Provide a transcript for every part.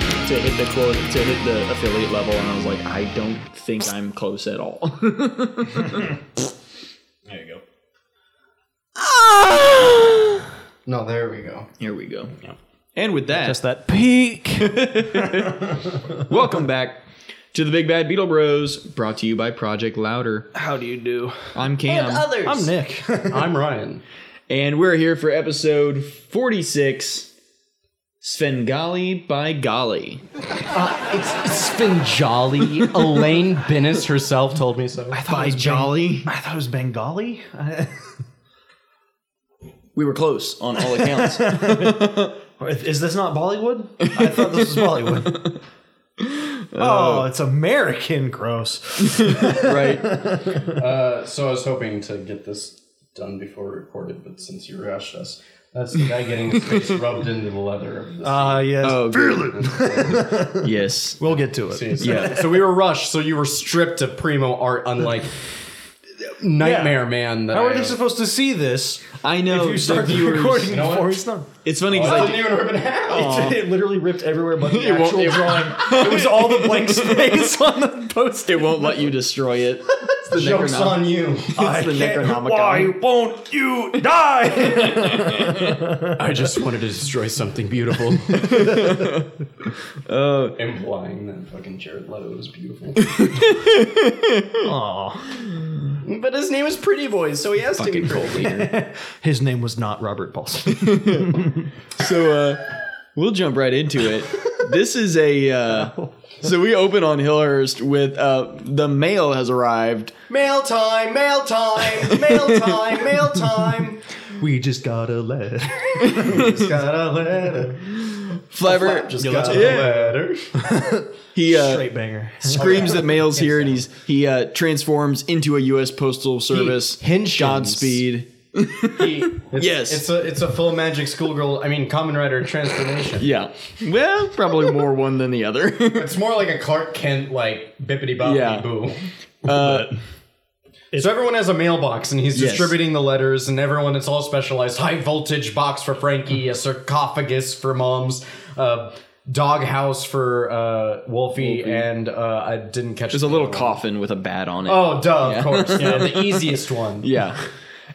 the quote to hit the affiliate level, and I was like, I don't think I'm close at all. There you go. Ah! No, there we go. Here we go. And with that, Just that peak. welcome back to the Big Bad Beetle Bros, brought to you by Project Louder. How do you do? I'm Cam, Others. I'm Nick. I'm Ryan. and we're here for episode 46 Svengali by Golly. It's Svengali. Elaine Bennis herself told me so. By Jolly? I thought it was Bengali. I- We were close on all accounts. Is this not Bollywood? I thought this was Bollywood. Oh, it's American. Gross. right. Uh, so I was hoping to get this done before we recorded, but since you rushed us, that's the guy getting his face rubbed into the leather of this. Ah, yes. Oh, good. yes. We'll get to it. yeah. So we were rushed. So you were stripped of primo art, unlike Nightmare Yeah. Man. That How are I they own. supposed to see this I know. if you Oh, the start the viewers- recording know what? before it's done? It's funny It because doesn't even rip it out. It literally ripped everywhere but the won't- actual it- drawing. It was all the blank space on the poster. it won't let you destroy it. It's the Joke's Necronom- on you. Uh, I the can't- Necronomicon. Why won't you die? I just wanted to destroy something beautiful. Implying that fucking Jared Leto is beautiful. Aw. but his name is Pretty Boy, so he has to be pretty. His name was not Robert Paulson. So uh, we'll jump right into it. This is a. Uh, so we open on Hillhurst with uh, the mail has arrived. Mail time, mail time, mail time, mail time. we just got a letter. just got a letter. Oh, Flapper Just Yeah, got a yeah. letter. he uh, Straight banger. screams that mail's here, and he's he uh, transforms into a U.S. Postal Service. Hinshins. Godspeed. It's, Yes. it's a it's a full magic schoolgirl. I mean, common rider transformation. Yeah. Well, probably more one than the other. It's more like a Clark Kent like bippity boppity Yeah. boo. Uh, So everyone has a mailbox, and he's Yes. distributing the letters, and everyone it's all specialized: high voltage box for Frankie, a sarcophagus for moms, a dog house for uh, Wolfie, and uh, I didn't catch. there's a little coffin with a bat on it. Oh, duh, of course, yeah, the easiest one Yeah.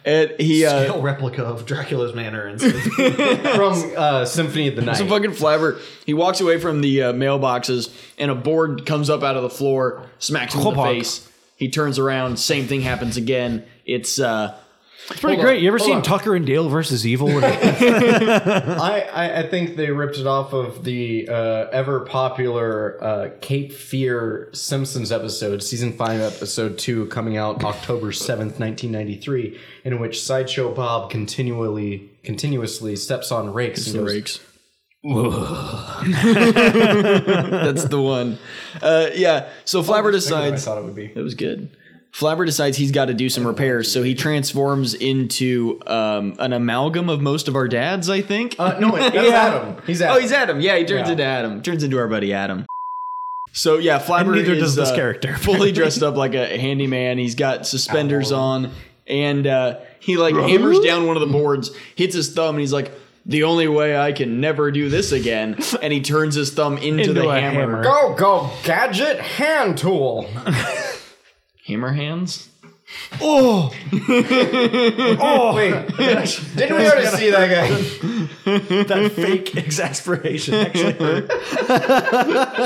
And he uh, Scale replica of Dracula's Manor. And stuff. from uh, Symphony of the Night. Some fucking flabber. He walks away from the uh, mailboxes, and a board comes up out of the floor, smacks him in the Hopok. face. He turns around. Same thing happens again. It's uh, it's pretty Hold great. on, you ever hold seen on. Tucker and Dale versus Evil? Where- I, I, I think they ripped it off of the uh, ever popular uh, Cape Fear Simpsons episode, season five, episode two, coming out October seventh, nineteen ninety three, in which Sideshow Bob continually continuously steps on rakes. and goes, rakes. That's the one. Uh, yeah. So flabber Oh, I decides thought it would be. that was good. Flabber decides he's got to do some repairs, so he transforms into um, an amalgam of most of our dads. I think. Uh, no, wait, that's Adam. He's Adam. oh, he's Adam. Yeah, he turns Yeah. into Adam. Turns into our buddy Adam. So yeah, Flabber. neither is, does this uh, character. fully dressed up like a handyman. He's got suspenders on, and uh, he like hammers down one of the boards, hits his thumb, and he's like, "The only way I can never do this again." And he turns his thumb into, Into the a hammer. hammer. Go go gadget hand tool. Hammer hands. oh, Wait, didn't we already see that guy? that fake exasperation. Actually,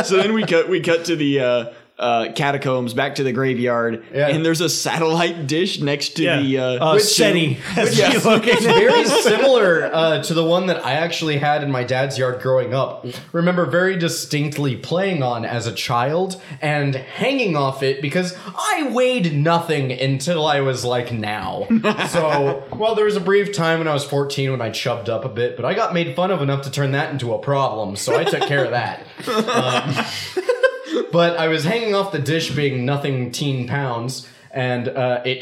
so then we cut. We cut to the. Uh, uh, catacombs back to the graveyard, Yeah. and there's a satellite dish next to the uh, uh, which- SETI. That's the yes. fucking name. very similar uh, to the one that I actually had in my dad's yard growing up. Remember very distinctly playing on as a child and hanging off it because I weighed nothing until I was like now. so, well, there was a brief time when I was 14 when I chubbed up a bit, but I got made fun of enough to turn that into a problem, so I took care of that. But I was hanging off the dish being nothing teen pounds, and uh, it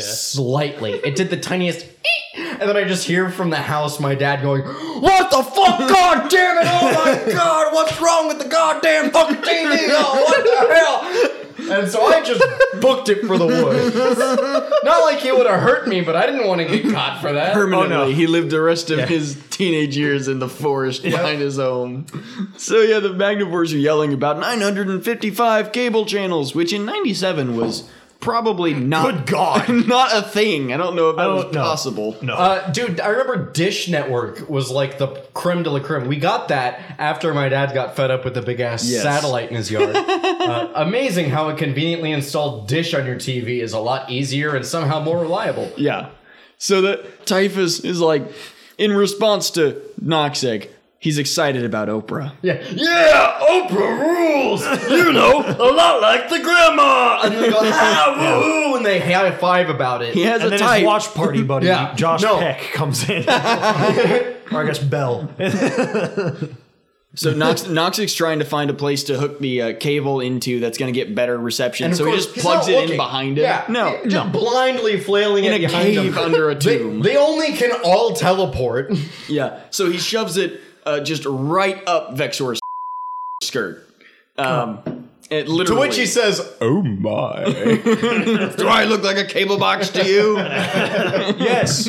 slightly. It did the tiniest, "Eek," and then I just hear from the house my dad going, What the fuck? God damn it! Oh my god, what's wrong with the goddamn fucking TV? Oh, what the hell? And so I just booked it for the woods. Not like it would have hurt me, but I didn't want to get caught for that. Permanently, Oh, no. he lived the rest of his teenage years in the forest behind his home. So yeah, the Magnivores are yelling about 955 cable channels, which in '97 was probably not Good God. not a thing. I don't know if that was don't know. possible. No. Uh, dude, I remember Dish Network was like the creme de la creme. We got that after my dad got fed up with the big ass Yes. satellite in his yard. uh, amazing how a conveniently installed dish on your TV is a lot easier and somehow more reliable. Yeah. So the typhus is like, in response to Noxic, he's excited about Oprah. Yeah, yeah, Oprah rules. You know, a lot like the grandma. And they go, ah, woohoo, and they high five about it. He has and a then type. his watch party buddy, Yeah. Josh No. Peck, comes in. or I guess Bell. so Nox- Noxic's trying to find a place to hook the uh, cable into that's going to get better reception. And of so he course, just he's plugs not it in looking. behind it. Yeah. No, Just no. blindly flailing In it a behind cave him. under a They- tomb. they only can all teleport. Yeah. So he shoves it uh, just right up Vexor's skirt. Um, it To literally. which he says, "Oh my!" "Do I look like a cable box to you?" yes.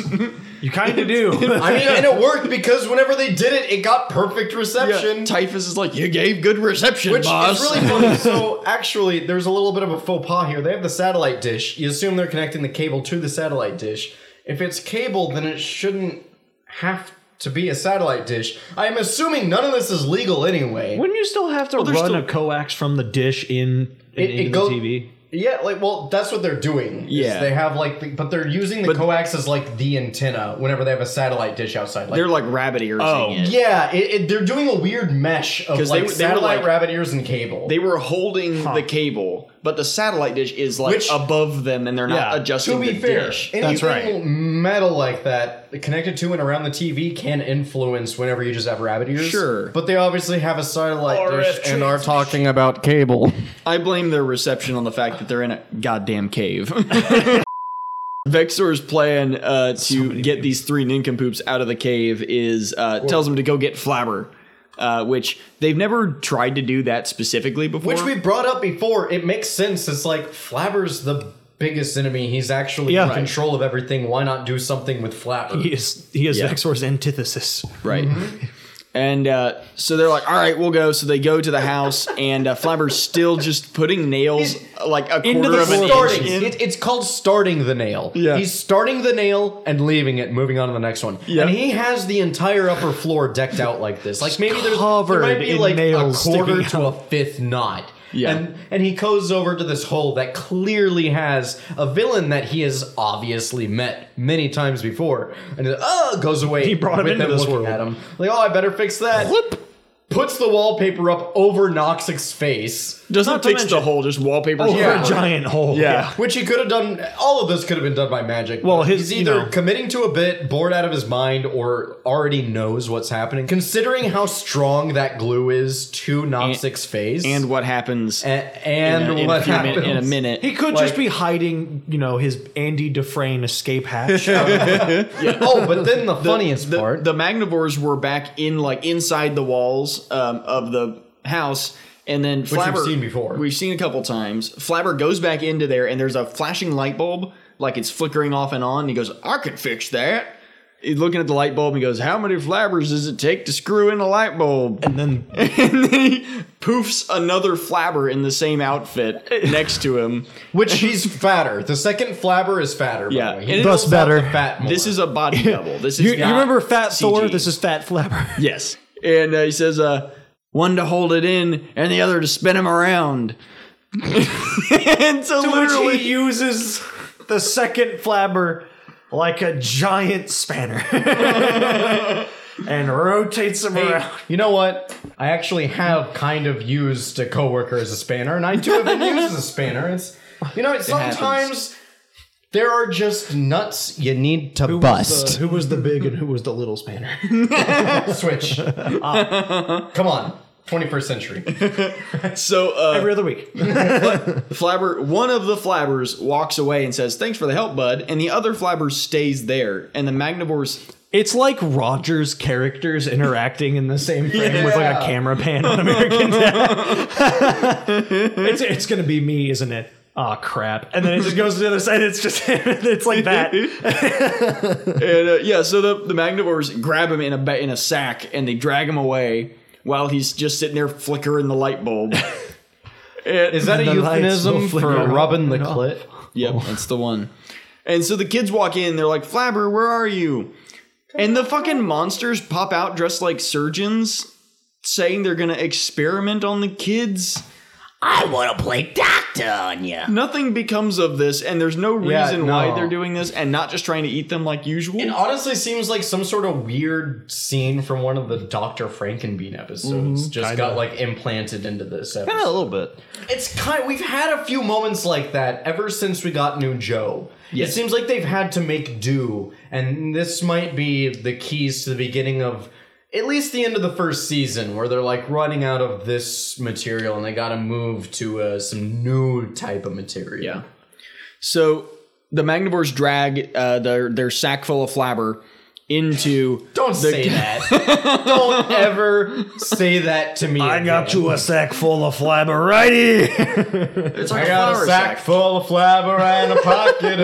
You kind of do. I mean, and it worked because whenever they did it, it got perfect reception. yeah. Typhus is like, "You gave good reception, Which boss." is really funny. So actually, there's a little bit of a faux pas here. They have the satellite dish. You assume they're connecting the cable to the satellite dish. If it's cable, then it shouldn't have to be a satellite dish. I'm assuming none of this is legal anyway. Wouldn't you still have to run still- a coax from the dish in, in It- it into go- the TV? Yeah, like well, that's what they're doing. is Yeah. they have like, the, but they're using the coax as like the antenna whenever they have a satellite dish outside. Like, They're like rabbit ears. Oh. it. yeah, it, it, they're doing a weird mesh of 'Cause like they- they were, satellite like- rabbit ears and cable. They were holding the cable, but the satellite dish is like Which- above them, and they're not Yeah. adjusting to be the fair, dish. anything That's right. metal like that connected to and around the TV can influence whenever you just have rabbit ears. Sure. but they obviously have a satellite dish and are talking about cable. I blame their reception on the fact that they're in a goddamn cave. Vexor's plan uh, to get these three nincompoops out of the cave is uh, tells them to go get Flabber, uh, which they've never tried to do that specifically before. Which we brought up before. It makes sense. It's like Flabber's the biggest enemy. He's actually in Yeah. control of everything. Why not do something with Flabber? He is he is Yeah. Vexor's antithesis. Right. Mm-hmm. And uh, so they're like, all right, we'll go. So they go to the house, and uh, Flabber's still just putting nails uh, like a Into quarter the of an floor. inch. starting. in. It, it's called starting the nail. Yeah. He's starting the nail and leaving it, moving on to the next one. Yeah. And he has the entire upper floor decked out like this. Like maybe there's Covered there might be in like nails a quarter sticking to a fifth knot. Yeah. And and he goes over to this hole that clearly has a villain that he has obviously met many times before. And uh, oh, goes away. He brought him with into them this looking world. At him. Like, oh, I better fix that. Puts the wallpaper up over Noxic's face. Doesn't Not to fix the mention- whole, just wallpapers. Over Oh, yeah. a giant hole. Yeah. Which he could have done. All of this could have been done by magic. Well, his- he's either no. committing to a bit, bored out of his mind, or already knows what's happening. Considering how strong that glue is to Noxic's face, And what happens A- and, in, a- in a what few min- happens in a minute? He could Like- just be hiding, you know, his Andy Dufresne escape hatch. Oh, but then the funniest the, part. The Magnivores were back in like inside the walls um, of the house. And then we've Flabber, seen before. We've seen a couple times. Flabber goes back into there, and there's a flashing light bulb, like it's flickering off and on. And he goes, "I can fix that." He's looking at the light bulb. and He goes, "How many flabbers does it take to screw in a light bulb?" and then And then he poofs another flabber in the same outfit next to him. which he's fatter. The second flabber is fatter. Yeah. by the way. Oh, He And it builds looks out better. the Fat more. This is a body double. This is you, you not remember Fat Thor? CG. This is Fat Flapper. Yes. And uh, he says, uh, one to hold it in and the other to spin him around. and so literally, Literally uses the second flabber like a giant spanner and rotates him around. You know what? I actually have kind of used a coworker as a spanner, and I do have been used as a spanner. It's you know, it's happens. sometimes there are just nuts you need to bust. who was the big and who was the little spanner? Switch. Ah. Come on, 21st century. so uh, Every other week. Flabber, one of the Flabbers walks away and says, "Thanks for the help, bud," and the other Flabber stays there, and the Magnivores It's like Roger's characters interacting in the same frame with like a Yeah. camera pan on American Dad. it's it's gonna be me, isn't it? Oh crap! And then it just goes to the other side. It's just him. It's like that. And uh, yeah, so the the Magnivores grab him in a ba- in a sack and they drag him away while he's just sitting there flickering the light bulb. And- Is that a The lights will euphemism for flicker rubbing on the and off. clit? Yep, that's the one. Oh. And so the kids walk in, they're like, Flabber, where are you? And the fucking monsters pop out dressed like surgeons, saying they're gonna experiment on the kids. I want to play doctor on you. Nothing becomes of this, and there's no reason Yeah, why no. they're doing this, and not just trying to eat them like usual. It honestly seems like some sort of weird scene from one of the Doctor Frankenbean episodes just got like implanted into this episode. a little bit. It's kind. We've had a few moments like that ever since we got New Joe. It seems like they've had to make do, and this might be the keys to the beginning of. At least the end of the first season, where they're like running out of this material and they gotta move to uh, some new type of material. Yeah. So the Magnivores drag uh, their their sack full of flabber into Don't say that. Don't ever say that to me. I got again. you a sack full of flabber right here. it's like I a got flour a sack full of flabber and a pocket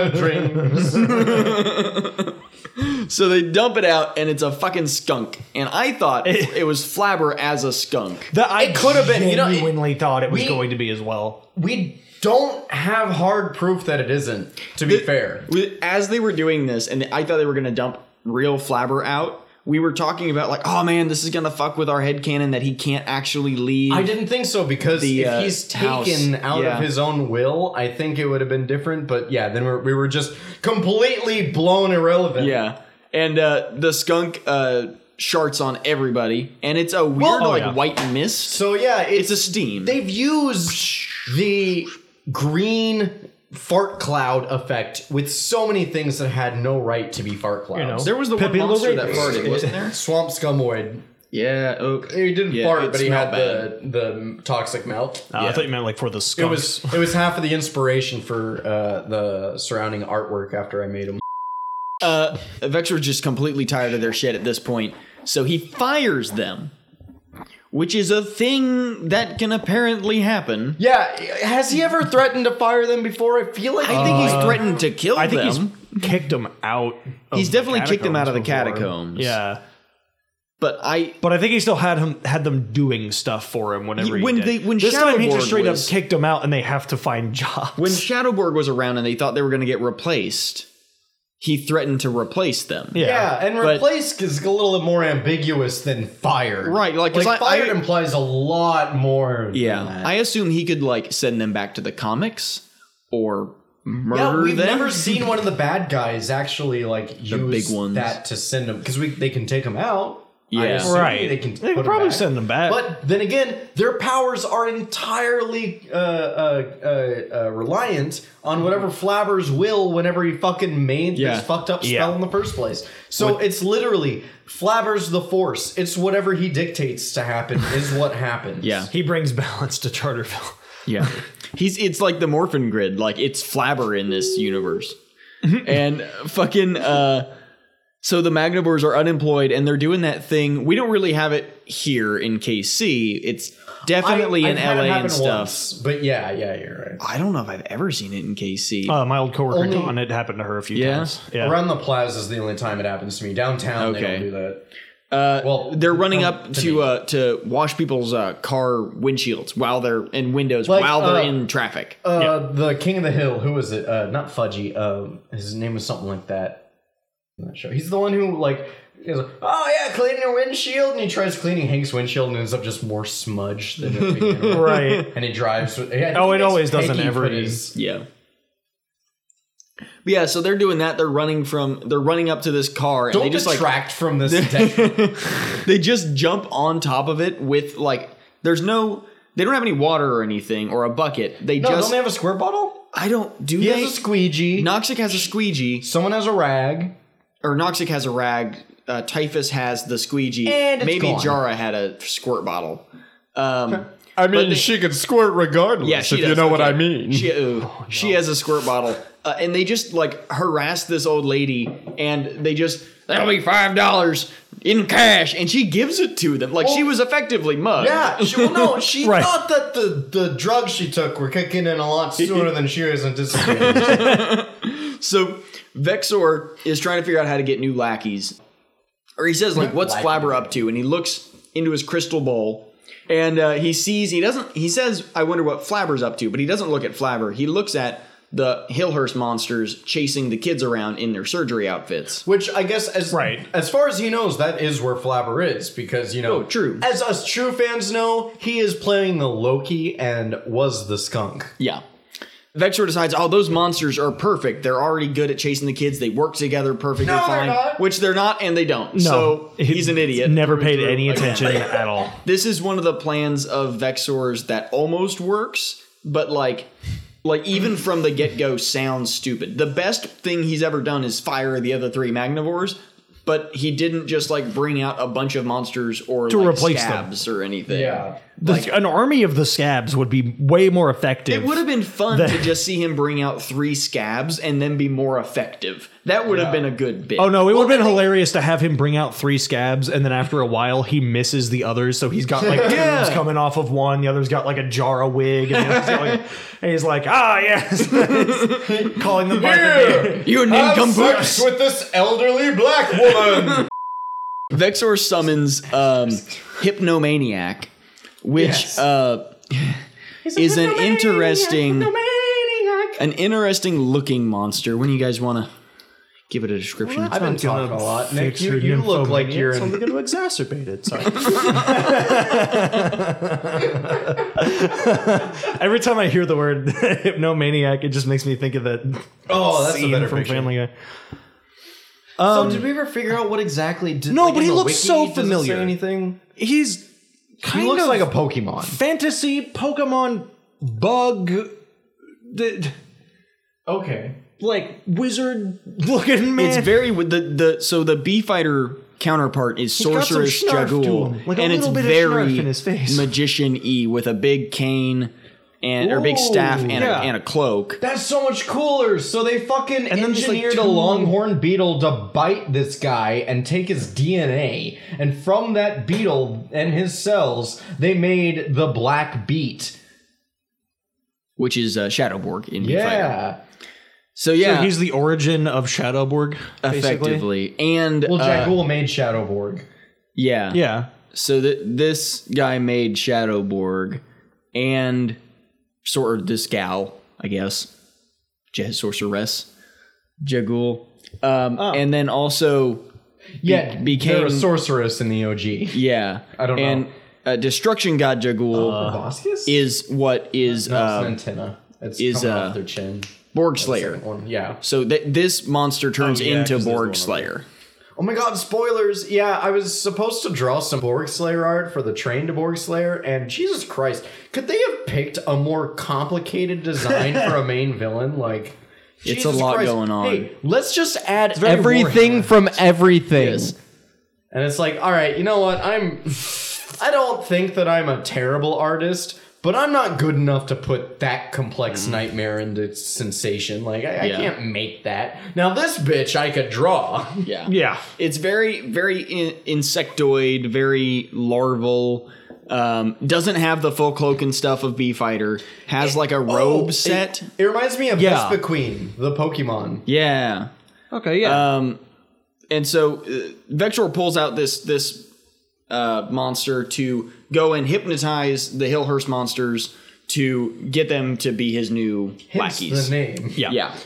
of dreams. So they dump it out, and it's a fucking skunk. And I thought it, was flabber as a skunk. That I could have been. you know, it- genuinely thought it was we- going to be as well. We don't have hard proof that it isn't. To be fair, We- As they were doing this, and I thought they were gonna dump real flabber out. We were talking about like, oh man, this is gonna fuck with our headcanon that he can't actually leave. I didn't think so because The, if uh, he's house, taken out yeah. of his own will, I think it would have been different. But yeah, then we're, we were just completely blown irrelevant. Yeah, and uh, the skunk uh, sharts on everybody, and it's a weird Well- Oh, like yeah. white mist. So yeah, it's a steam. they've used the green fart cloud effect with so many things that had no right to be fart clouds. know. there was the Pepe one monster Le that Pew. farted, wasn't there? Swamp Scumoid. Yeah. oh, Okay. He didn't Yeah, it fart, but he smelled had the, the toxic mouth. Uh, I thought you meant like for the It skunks. was it was half of the inspiration for uh, the surrounding artwork after I made him. Uh, Vexor's just completely tired of their shit at this point, so he fires them, which is a thing that can apparently happen. Yeah, has he ever threatened to fire them before? I feel like I think he's threatened to kill I think them. he's kicked him out. of He's the definitely kicked him out of the catacombs before. catacombs. Yeah, but I but I think he still had him had them doing stuff for him whenever he when did. they- when this time he Shadowborn just straight was- up kicked him out, and they have to find jobs. when Shadowborg was around and they thought they were going to get replaced, he threatened to replace them. yeah. Oh, Yeah, and But- replace is a little bit more ambiguous than fired. Right, like, 'cause like I- I- fired implies a lot more. than Yeah, that. I assume he could like send them back to the comics or yeah, murder we've them. never seen one of the bad guys actually like use big ones. that to send them because we they can take them out. I Yeah. assume right. They can could probably send them back. But then again, their powers are entirely uh, uh, uh, uh, reliant on whatever Flabber's will whenever he fucking made Yeah. this fucked up spell Yeah. in the first place. So it's literally Flabber's the Force. It's whatever he dictates to happen is what happens. Yeah. he brings balance to Charterville. Yeah. He's it's like the Morphin Grid, like it's Flabber in this universe. and fucking uh so the Magnivores are unemployed and they're doing that thing. We don't really have it here in KC. It's definitely I- in I've had it LA happen and stuff. once, but yeah, yeah, you're right. I don't know if I've ever seen it in KC. Uh, my old coworker Only- Dawn, it happened to her a few Yeah? times. Yeah, Around the plaza is the only time it happens to me. Downtown, they Okay. don't do that. Uh, well, they're running up to me. uh, to wash people's uh, car windshields while they're in windows Like, while they're uh, in traffic. Uh, The King of the Hill. Who was it? Uh, not Fudgy. Uh, his name was something like that. I'm not sure. He's the one who like. He's like, oh yeah, clean your windshield, and he tries cleaning Hank's windshield, and ends up just more smudge than it began with. right. And he drives. With, yeah, I Oh, it think it's always doesn't Peggy ever put is. his- Yeah. But yeah, so they're doing that. They're running from they're running up to this car and Don't they just like detract from this. detriment. they just jump on top of it with like there's no they don't have any water or anything or a bucket. They no, just don't they have a square bottle? I don't do He they has a squeegee. Noxic has a squeegee Someone has a rag. or Noxic has a rag, uh, Typhus has the squeegee. And it's Maybe gone. Jara had a squirt bottle. Um I mean, they- she can squirt regardless, Yeah, she if you does. know what Okay. I mean. Oh, She, ooh, she has a squirt bottle, uh, and they just like harass this old lady, and they just that'll be five dollars in cash, and she gives it to them like she was effectively mugged. Yeah, she, well, no, she Right. thought that the, the drugs she took were kicking in a lot sooner than she was anticipating. So Vexor is trying to figure out how to get new lackeys, or he says like, "What's Flabber up to?" And he looks into his crystal bowl, and uh, he sees he doesn't. He says, "I wonder what Flabber's up to," but he doesn't look at Flabber. He looks at the Hillhurst monsters chasing the kids around in their surgery outfits. Which I guess, as Right. as far as he knows, that is where Flabber is because you know, Oh, true. As us true fans know, he is playing the Loki and was the skunk. Yeah. Vexor decides, oh, those monsters are perfect. They're already good at chasing the kids. They work together perfectly No, they're fine. not. Which they're not, and they don't. so It- he's an idiot. Never through and paid through. any Like, attention at all. This is one of the plans of Vexor's that almost works, but like, like even from the get go, sounds stupid. The best thing he's ever done is fire the other three Magnivores, but he didn't just like bring out a bunch of monsters or to like, replace them. scabs or anything. The- an army of the scabs would be way more effective. It would have been fun That- to just see him bring out three scabs and then be more effective. That would have been a good bit. Oh no, it would have been hilarious to have him bring out three scabs and then after a while he misses the others, so he's got like Yeah. tubes coming off of one, the other's got like a jar of wig, and, the other's got, like- and he's like, ah yes calling them by their name. You nincompoops! with this elderly black woman. Vexor summons um, Hypnomaniac, which uh, is an interesting, an interesting looking monster. When you guys want to give it a description, I've been talking a lot, Nick. fix You, her you look like nymphomania, you're so in. we're going to exacerbate it. Sorry. Every time I hear the word hypnomaniac, it just makes me think of that Oh, that's a scene better from picture. Family Guy. Um, so did we ever figure out what exactly? Did, No, like, but in he the looks wiki, so does it say familiar. anything? He's kind He looks of like a Pokemon. fantasy Pokemon bug, the, Okay. like wizard looking man. it's very with the the so the B fighter counterpart is got some sorceress snarf to Jagul, him, like a and it's little bit of very snarf in his face. magician y with a big cane and or big staff and, a, yeah. and a cloak. That's so much cooler. So they fucking then just, like, engineered two- a longhorn beetle to bite this guy and take his DNA. And from that beetle and his cells, they made the black beat. Which is uh, Shadowborg in B fighter. Yeah. So yeah, He's the origin of Shadowborg, basically. effectively. And Well, uh, Jackal made Shadowborg. yeah, Yeah. So th- this guy made Shadowborg, and sort of this gal, I guess, Je- sorceress, Jagul, um, Oh. and then also Yeah, became- they're a sorceress in the OG. yeah, I don't know. and, Uh, Destruction God Uh. Jagul Proboscis? is what is no, it's an uh, antenna. It's is, coming uh, off their chin. Borg Slayer. One- Yeah. So th- this monster turns Oh, yeah, 'cause into there's one Borg over Slayer. Oh my god, spoilers! Yeah, I was supposed to draw some Borg Slayer art for the train to Borg Slayer, and Jesus Christ, could they have picked a more complicated design for a main villain? Like, It's Jesus a lot Christ. going on. Hey, let's just add very everything from everything. Yes. And it's like, all right, you know what? I'm. I don't think that I'm a terrible artist, but I'm not good enough to put that complex nightmare into sensation. Like, I, I Mm-hmm. Yeah. can't make that. Now, this bitch I could draw. Yeah. Yeah. It's very, very in- insectoid, very larval. Um, doesn't have the full cloak and stuff of Bee Fighter. Eh, Has like oh, a robe Oh, it- set. It reminds me of Yeah. Vespa Queen, the Pokemon. yeah. Okay, yeah. Um, and so uh, Vector pulls out this this uh, monster to go and hypnotize the Hillhurst monsters to get them to be his new Hence lackeys. the name. yeah. Yeah.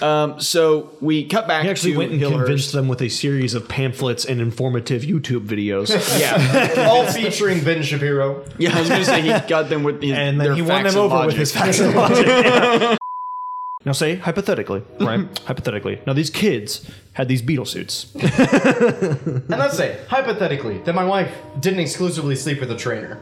Um, so we cut back He actually to went and Hillhurst. convinced them with a series of pamphlets and informative YouTube videos. yeah. All featuring Ben Shapiro. Yeah, I was gonna say he got them with his, and their then he won facts them and over with logic. his facts and logic. Yeah. now, say, hypothetically, right? hypothetically. Now, these kids had these beetle suits. And let's say, hypothetically, that my wife didn't exclusively sleep with a trainer.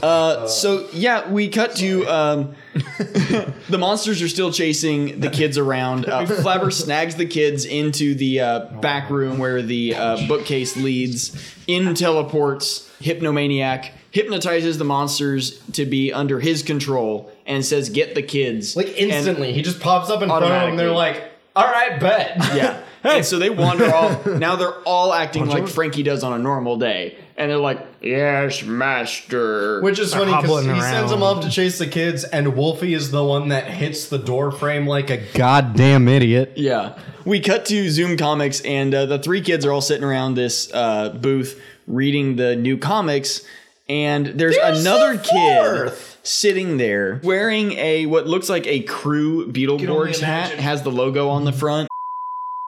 So yeah, we cut to um, the monsters are still chasing the kids around. Uh, Flabber snags the kids into the uh, Oh. back room where the uh, bookcase leads. In teleports Hypnomaniac hypnotizes the monsters to be under his control and says, "Get the kids!" Like instantly, he just pops up in front of them. and They're like, "All right, bet." And, yeah. And so they wander off. Now they're all acting like Frankie does on a normal day, and they're like, "Yes, master." Which is funny because hobbling he sends them off to chase the kids, and Wolfie is the one that hits the door frame like a goddamn idiot. Yeah. We cut to Zoom Comics, and uh, the three kids are all sitting around this uh, booth reading the new comics. And there's, another kid fourth. sitting there wearing a what looks like a crew Beetleborgs hat. Has the logo on the front.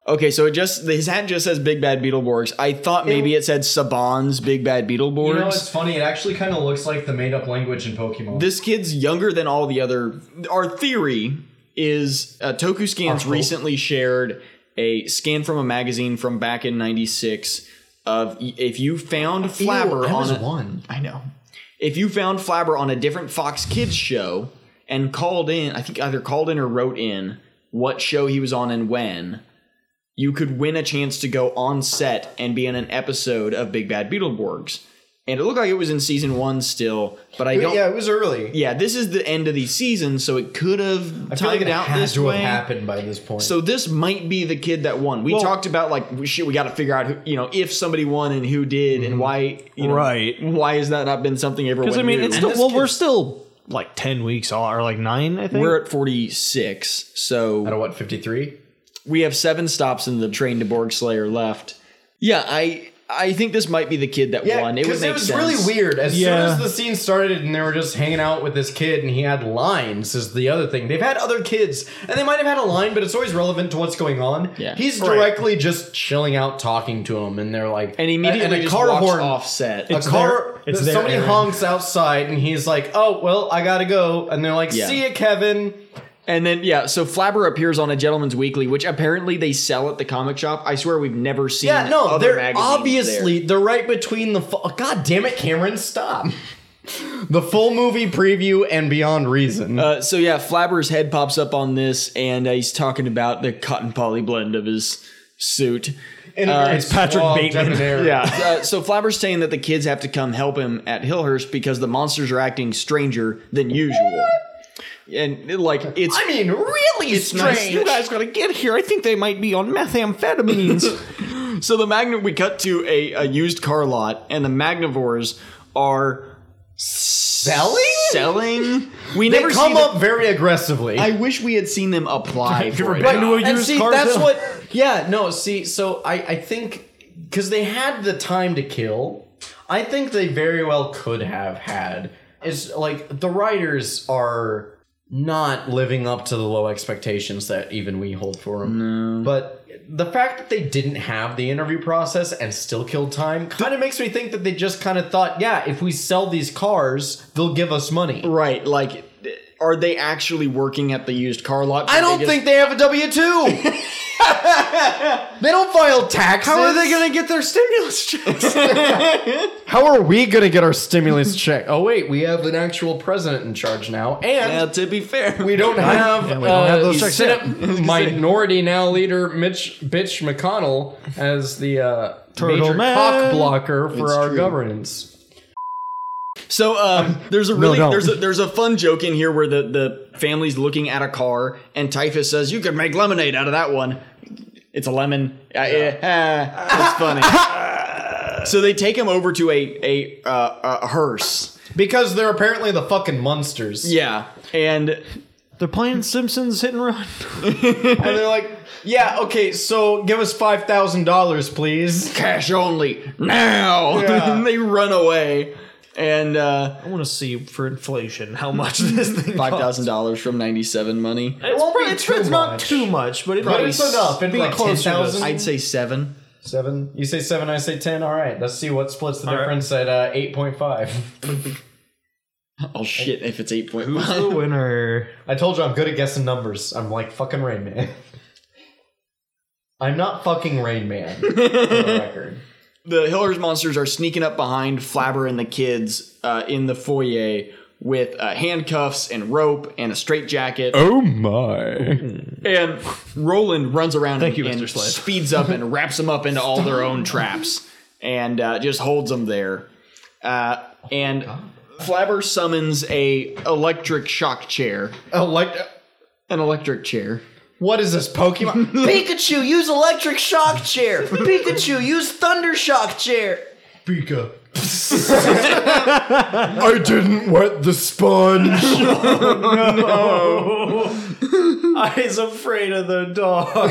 Okay, so it just his hat just says Big Bad Beetleborgs. I thought maybe it said Saban's Big Bad Beetleborgs. You know, it's funny. It actually kind of looks like the made-up language in Pokemon. this kid's younger than all the other. Our theory is uh, Toku Scans recently shared a scan from a magazine from back in '96 of y- if you found Flabber I on was a, one. I know if you found Flabber on a different Fox Kids show and called in, I think either called in or wrote in what show he was on and when. You could win a chance to go on set and be in an episode of Big Bad Beetleborgs. And it looked like it was in season one still, but I don't yeah, it was early. yeah, this is the end of the season, so it could have I feel like timed it out had this to way. have happened by this point. So this might be the kid that won. We talked about like we- shit. We got to figure out who you know if somebody won and who did Mhm. and why. You know, Right. Why has that not been something everyone? Because I mean, knew? it's still, well, we're still like ten weeks off, or like nine, I think. we're at forty six, out so of what fifty three? we have seven stops in the train to Borg Slayer left. Yeah, I I think this might be the kid that Yeah, won. It would because make it was sense. really weird. As Yeah. soon as the scene started and they were just hanging out with this kid and he had lines is the other thing. They've had other kids and they might have had a line, but it's always relevant to what's going on. Yeah. He's Right. directly just chilling out talking to him and they're like And immediately and just walks off set. A car their- it's their somebody errand. honks outside and he's like, Oh well, I gotta go and they're like, Yeah. See ya, Kevin. And then yeah, so Flabber appears on a Gentleman's Weekly, which apparently they sell at the comic shop. I swear we've never seen. Yeah, no, other they're magazines obviously they're right between the. Fu- God damn it, Cameron, stop! the full movie preview and Beyond Reason. there. Uh, so yeah, Flabber's head pops up on this, and uh, he's talking about the cotton poly blend of his suit. uh, Uh, it's Patrick Bateman. Yeah. uh, so Flabber's saying that the kids have to come help him at Hillhurst because the monsters are acting stranger than usual. And like it's I mean, really strange. gotta get here. I think they might be on methamphetamines. so the magnet we cut to a, a used car lot, and the magnivores are Selling? selling. We They never come see up very aggressively. The, I wish we had seen them apply for it. been to a and used see, car that's sale? what. Yeah, no. See, so I, I think because they had the time to kill, I think they very well could have had. It's like the writers are not living up to the low expectations that even we hold for them. But the fact that they didn't have the interview process and still killed time kind of makes me think that they just kind of thought, yeah, if we sell these cars, they'll give us money. Right? Like, are they actually working at the used car lot? I don't think they have a W two. they don't file taxes. How are they gonna get their stimulus checks? How are we gonna get our stimulus check? Oh wait, we have an actual president in charge now, and Well, to be fair, we don't have we don't uh, have those checks Senate minority now leader Mitch Bitch McConnell as the uh, Turtle major man. cock blocker for It's our true. governance. So um, there's a really don't. there's a there's a fun joke in here where the the family's looking at a car and Typhus says you could make lemonade out of that one. It's a lemon. Uh, eh, ah, it's funny. so they take him over to a a, uh, a hearse. Because they're apparently the fucking monsters. Yeah, and They're playing Simpsons Hit and Run. And they're like, yeah, okay, so give us $5,000, please. cash only now. Yeah. and they run away. And uh, I want to see for inflation how much this thing. five costs. thousand dollars from ninety seven money. It's, won't probably- be it's, too it's not much. too much, but it might it's enough. It'd be be like close to 10,000. this. I'd say seven. Seven? You say seven, I say ten. All right, let's see what splits the right. difference at uh, 8.5. Oh shit! If it's eight point Who's the one, winner? I told you I'm good at guessing numbers. I'm like fucking Rain Man. I'm not fucking Rain Man, for the record. the Hillers monsters are sneaking up behind Flabber and the kids uh, in the foyer with uh, handcuffs and rope and a straitjacket. Oh my. And Roland runs around and, you, Mr. and Slade. speeds up and wraps them up into all their own traps and uh, just holds them there. Uh, and Flabber summons a electric shock chair. Oh, like, An electric chair. what is this Pokemon? Pikachu, use electric shock chair. Pikachu, use thunder shock chair. Pika. I didn't wet the sponge. I is afraid of the dog.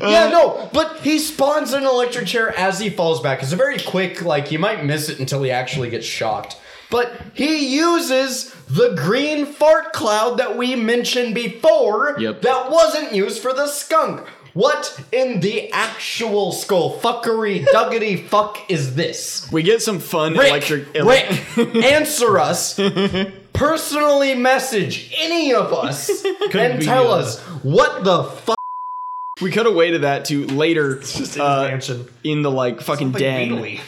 yeah, no, but he spawns an electric chair as he falls back. It's a very quick, like, you might miss it until he actually gets shocked. But he uses the green fart cloud that we mentioned before Yep. that wasn't used for the skunk. What in the actual skull fuckery duggity fuck is this? We get some fun Rick, electric. ele- Rick, answer us. Personally message any of us and be tell us. us what the fuck. We cut away to that to later Just in uh, his mansion. in the like fucking den. Beatley.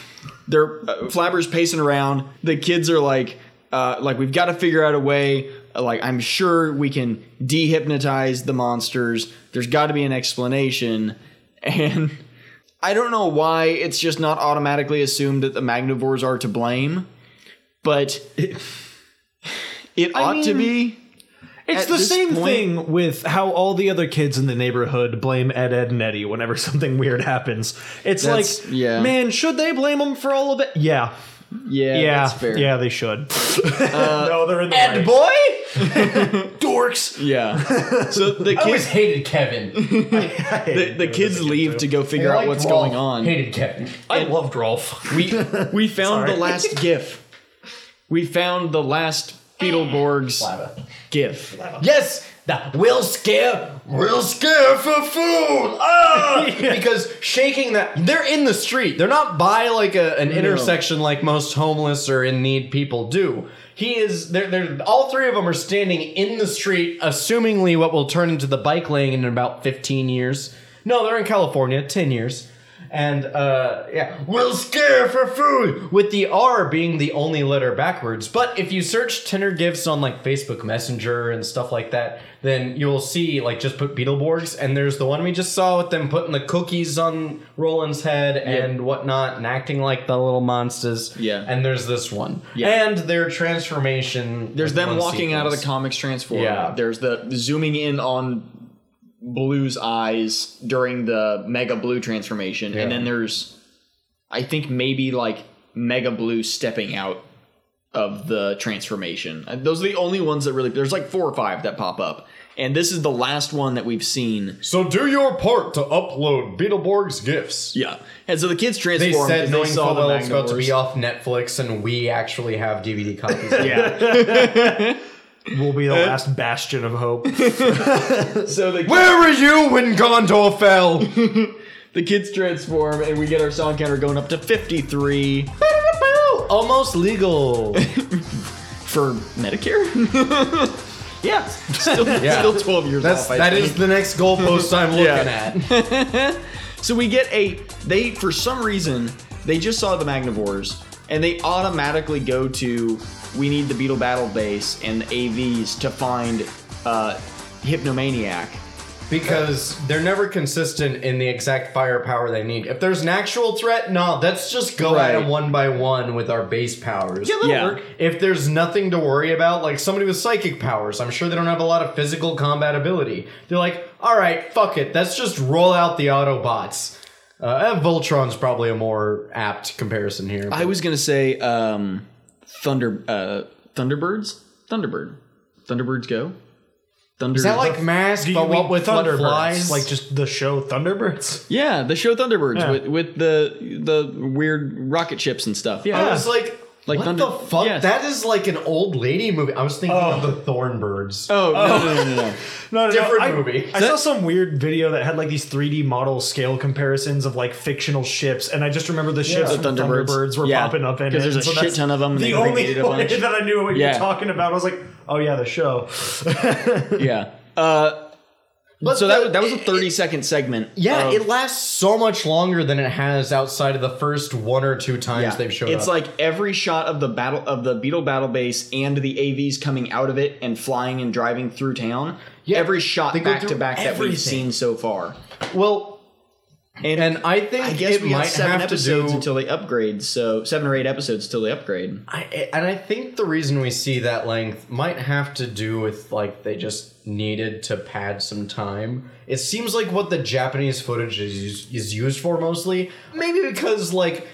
they're uh, Flabber's pacing around. The kids are like, uh, like we've got to figure out a way. Uh, Like I'm sure we can dehypnotize the monsters. There's got to be an explanation, and I don't know why it's just not automatically assumed that the Magnivores are to blame, but it, ought to be. It's At the this same point- thing with how all the other kids in the neighborhood blame Ed, Ed, and Eddie whenever something weird happens. It's That's- like, yeah. man, should they blame them for all of it? Yeah, Yeah, yeah, that's fair. Uh, yeah, they should. no, they're in the right. Ed boy? dorks. yeah. so the I always kids, hated Kevin. the, the kids leave to go figure out Liked what's Rolf, going on. Hated Kevin. I loved Rolf. We we found Sorry. the last GIF. We found the last Beetleborgs GIF. Uh, Yes, that will scare, will scare for food. Ah! Because shaking that, they're in the street. They're not by like a, an intersection like most homeless or in need people do. He is. They're, they're all three of them are standing in the street, assumingly what will turn into the bike lane in about fifteen years. No, they're in California, ten years. And uh, yeah, we'll scare for food with the R being the only letter backwards. But if you search Tinder gifs on like Facebook Messenger and stuff like that, then you'll see like just put Beetleborgs, and there's the one we just saw with them putting the cookies on Roland's head and whatnot, and acting like the little monsters. Yeah. and there's this one. Yeah. and their transformation. There's with them one walking out of the sequence. comics transform. Yeah. There's the zooming in on Blue's eyes during the Mega Blue transformation, and Yeah. then there's, I think maybe like Mega Blue stepping out of the transformation. And Those are the only ones that really. There's like four or five that pop up, and this is the last one that we've seen. So do your part to upload Beetleborgs gifs. Yeah, and so the kids They transform. because said knowing full well it's about to Magnivores. be off Netflix, and we actually have DVD copies. Yeah. Will be the Uh, last bastion of hope. So the Where were you when Gondor fell? the kids transform, and we get our song counter going up to 53 Almost legal. for Medicare. yeah, still, Yeah. still 12 years That's off. I that think. is the next goalpost I'm Yeah. looking at. So we get a they for some reason they just saw the Magnivores and they automatically go to we need the Beetle Battle Base and the AVs to find uh, Hypnomaniac. Because they're never consistent in the exact firepower they need. If there's an actual threat, no, let's just go at Right. them one by one with our base powers. that'll Yeah. work. If there's nothing to worry about, like somebody with psychic powers, I'm sure they don't have a lot of physical combat ability. They're like, all right, fuck it, let's just roll out the Autobots. Uh, eh, Voltron's probably a more apt comparison here. I was gonna say um, Thunder uh, Thunderbirds, Thunderbird, Thunderbirds go. Thunder. Is that like mask, but what with Thunderbirds? flies? Like just the show Thunderbirds? Yeah, the show Thunderbirds Yeah. with with the the weird rocket ships and stuff. Yeah, I was like, Like what Thunder- the fuck? yes. That is like an old lady movie. I was thinking of the Thornbirds. oh, no, no, no, no, no. No, no, no, Different I, movie. I saw some weird video that had like these 3D model scale comparisons of like fictional ships, and I just remember the ships The from Thunderbirds. Thunderbirds. were Yeah, popping up in it. 'cause there's a and shit that's ton of 'em, and The they only remade it a way bunch. that I knew what you Yeah. were talking about, I was like, oh yeah, the show. yeah. Uh, But so the- that that was a Um, it- thirty second segment. Yeah, of- it lasts so much longer than it has outside of the first one or two times they've showed it's up. like every shot of the battle of the Beetle battle base and the AVs coming out of it and flying and driving through town. Yeah, every shot they go back to through back that we've everything. seen so far. well, And I think I guess it we got might seven have to episodes do. until they upgrade. So seven or eight episodes till they upgrade. I, and I think the reason we see that length might have to do with like they just needed to pad some time. It seems like what the Japanese footage is used, is used for mostly, maybe because like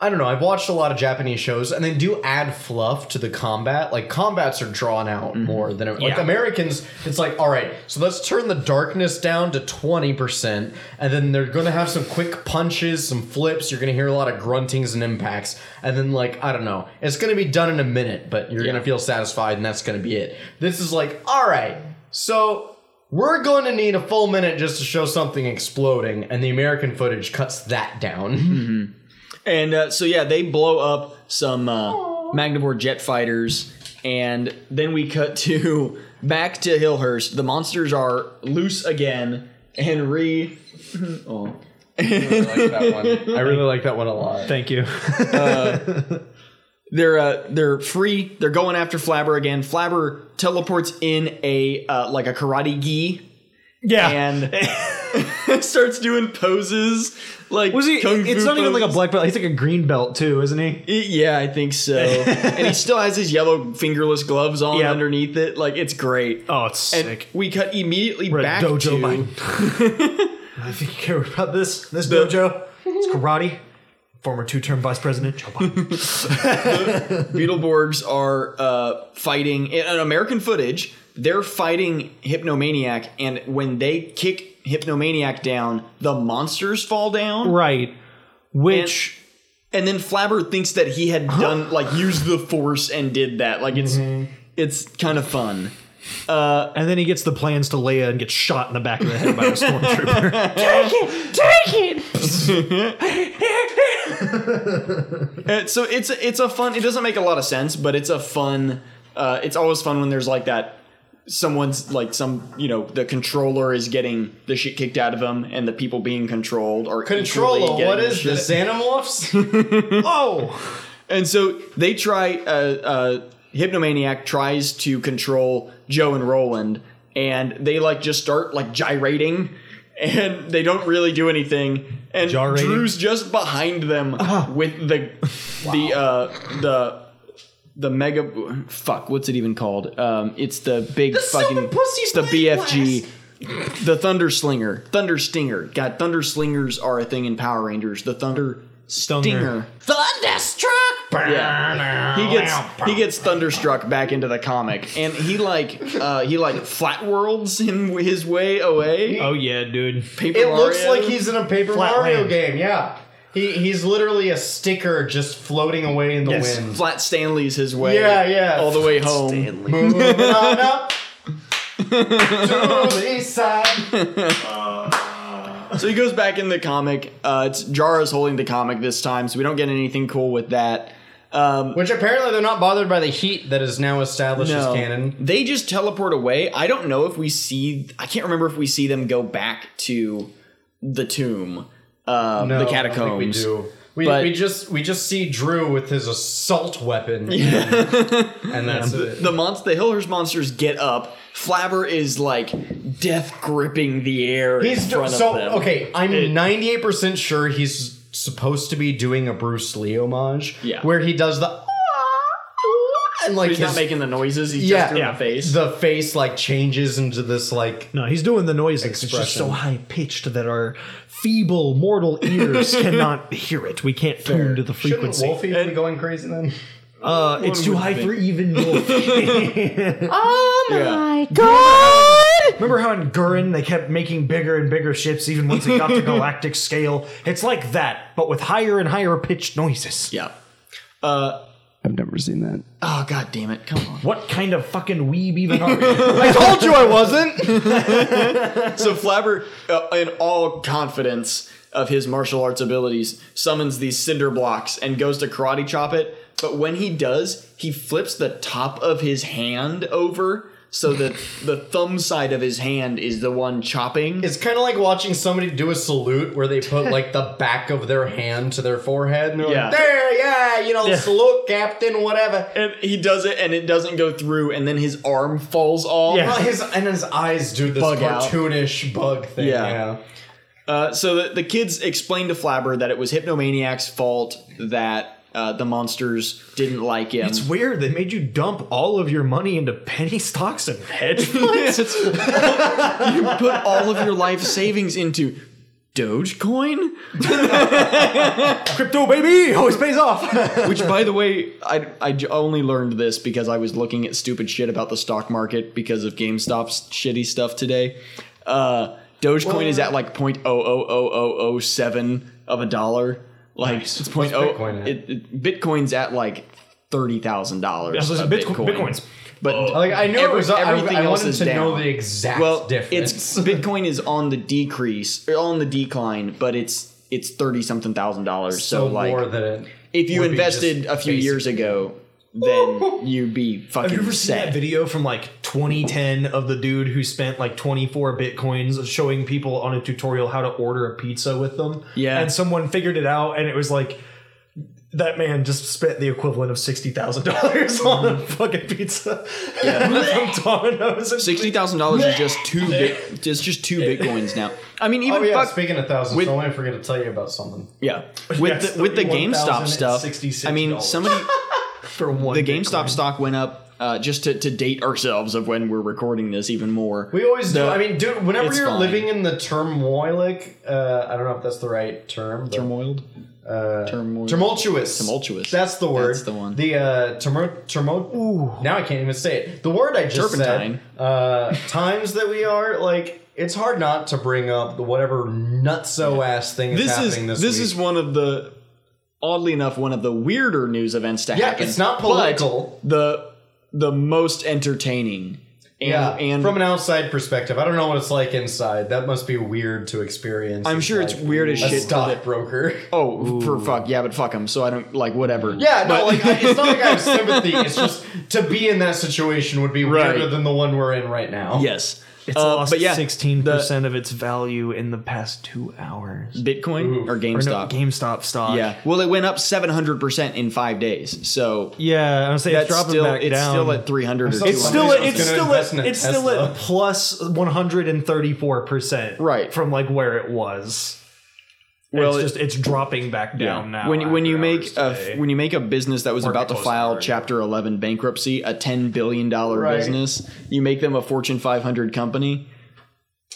I don't know. I've watched a lot of Japanese shows, and they do add fluff to the combat. Like combats are drawn out more than like Americans. It's like, all right, so let's turn the darkness down to twenty percent, and then they're going to have some quick punches, some flips. You're going to hear a lot of gruntings and impacts, and then like I don't know, it's going to be done in a minute, but you're going to feel satisfied, and that's going to be it. This is like, all right, so we're going to need a full minute just to show something exploding, and the American footage cuts that down. And uh, so yeah, they blow up some uh, Magnavore jet fighters, and then we cut to back to Hillhurst. The monsters are loose again and re. Oh. I really like that one a lot. Thank you. They're uh, they're free. They're going after Flabber again. Flabber teleports in a uh, like a karate gi yeah. and starts doing poses like was he? kung It's fu not even like a poses. black belt. He's like a green belt too, isn't he? Y- Yeah, I think so. and he still has his yellow fingerless gloves on Yep. underneath it. Like it's great. Oh, it's and sick. we cut immediately We're back at dojo to mine. I think you care about this this The- dojo. It's karate. Former two-term vice president Joe Biden. Beetleborgs are uh, fighting in an American footage. They're fighting Hypnomaniac, and when they kick Hypnomaniac down, the monsters fall down. right. Which And then Flabber thinks that he had done like used the force and did that. Like it's it's kind of fun. and, then he gets the plans to Leia and gets shot in the back of the head by a stormtrooper. Uh, so it's a- it's a fun. It doesn't make a lot of sense, but it's a fun. Uh, it's always fun when there's like that. Someone's like some you know the controller is getting the shit kicked out of them, and the people being controlled are equally Controller, getting what the is shit- this? Xenomorphs? oh, And so they try. Uh, uh, Hypnomaniac tries to control Joe and Roland, and they like just start like gyrating, and they don't really do anything. And Gyrating? Drew's just behind them with the the uh, the the mega fuck. What's it even called? Um, it's the big fucking pussy the slave BFG. The Thunder Slinger, Thunder Stinger. God, Thunder Slingers are a thing in Power Rangers. The Thunder Stunger. Stinger. Thunderstruck! Yeah. He gets he gets thunderstruck back into the comic, and he like uh, he like flat worlds him his way away. Oh yeah, dude. Paper it looks Mario. like he's in a Paper Flat Mario land. game, yeah. He, he's literally a sticker just floating away in the wind. flat Stanley's his way. Yeah, yeah. all the way home. Moving on up to the east side. So he goes back in the comic. Uh, it's Jara's holding the comic this time, so we don't get anything cool with that. Um, Which apparently they're not bothered by the heat that is now established as canon. They just teleport away. I don't know if we see. I can't remember if we see them go back to the tomb, uh, No, the I don't catacombs. think we do. We, But- we just we just see Drew with his assault weapon, and that's it. the monst the Hillhurst monsters get up. Flabber is like death gripping the air He's in do- front so of them. okay. I'm ninety eight percent sure he's supposed to be doing a Bruce Lee homage, Yeah. where he does the ah, and like he's not his- making the noises. He's Yeah. just doing Yeah. the face. the face like changes into this like No, he's doing the noises. It's just so Expression. high pitched that our feeble mortal ears cannot hear it. We can't tune to the shouldn't frequency. Wolfie be going crazy then? Uh, it's too high for even Wolfie. Oh my god! Remember how in Gurren they kept making bigger and bigger ships, even once it got to galactic scale? It's like that, but with higher and higher pitched noises. yeah. Uh, I've never seen that. Oh god damn it! Come on. What kind of fucking weeb even are you? I told you I wasn't. so Flabber, uh, in all confidence of his martial arts abilities, summons these cinder blocks and goes to karate chop it. But when he does, he flips the top of his hand over so that the thumb side of his hand is the one chopping. It's kind of like watching somebody do a salute where they put like the back of their hand to their forehead and they're Yeah. like, "There, yeah, you know, salute, Captain, whatever." And he does it, and it doesn't go through, and then his arm falls off. Yeah. Well, his and his eyes do this Bug out. cartoonish bug thing. Yeah. yeah. Uh, so the, the kids explained to Flabber that it was Hypnomaniac's fault that uh, the monsters didn't like him. It's weird. They made you dump all of your money into penny stocks and hedge funds. you put all of your life savings into Dogecoin, Crypto baby always pays off. which, by the way, I, I j- only learned this because I was looking at stupid shit about the stock market because of GameStop's shitty stuff today. Uh, Dogecoin is at like point oh oh oh oh oh seven of a dollar. Like it's point oh. Bitcoin at? It, it- Bitcoin's at like thirty thousand dollars. so it's Bitcoin- Bitcoin's- but Like I know Every- it was up. I, everything I else wanted is to know down. the exact well, difference. it's Bitcoin is on the decrease, or on the decline, but it's it's thirty something thousand dollars. So, so like, more than it. if you would be invested just a few basic. years ago, then you'd be Have fucking you ever seen set. that video from like 2010 of the dude who spent like 24 bitcoins showing people on a tutorial how to order a pizza with them? Yeah. And someone figured it out and it was like that man just spent the equivalent of $60,000 on Mm-hmm. a fucking pizza from Domino's. And Sixty thousand dollars is just two bit, just just two bitcoins now. I mean, even Oh yeah, fuck speaking of thousands, with- I want to forget to tell you about something. yeah. With Yes, the, with the GameStop stuff, $31,066. I mean, somebody for one the Bitcoin. GameStop stock went up. Uh, just to, to date ourselves of when we're recording this even more. We always do. The- I mean, dude, whenever it's you're fine. living in the turmoilic, uh, I don't know if that's the right term. But, turmoiled, uh, turmoil- tumultuous. Tumultuous. That's the word. That's the one. The uh, tumult. Tumult. Now I can't even say it. The word I just Turpentine. said. Uh, times that we are like. It's hard not to bring up the whatever nutso ass thing is this is happening this, this week. is one of the oddly enough one of the weirder news events to Yeah, happen. it's not but political. the the most entertaining. And, yeah, and from an outside perspective, I don't know what it's like inside. That must be weird to experience. I'm sure it's weird as a shit for the- stockbroker. oh for fuck yeah, but fuck them. So I don't like whatever. Yeah, no, But- like I, it's not like I have sympathy. It's just to be in that situation would be Right. weirder than the one we're in right now. yes, It's Uh, lost but yeah, 16% of its value in the past two hours. Bitcoin or Or GameStop. no, GameStop stock. yeah, well, it went up 700 percent in five days. So Yeah, I would say that's it's dropping still back it's down. still at 300. Or It's Somebody still at, was at, gonna it's still invest at, in a it's still Tesla. at plus 134% Right. from like where it was. Well, it's just it's dropping back down now. When when you after make hours a today. when you make a business that was about to close file already. Chapter Eleven bankruptcy, a ten billion dollar Right. business, you make them a Fortune 500 company.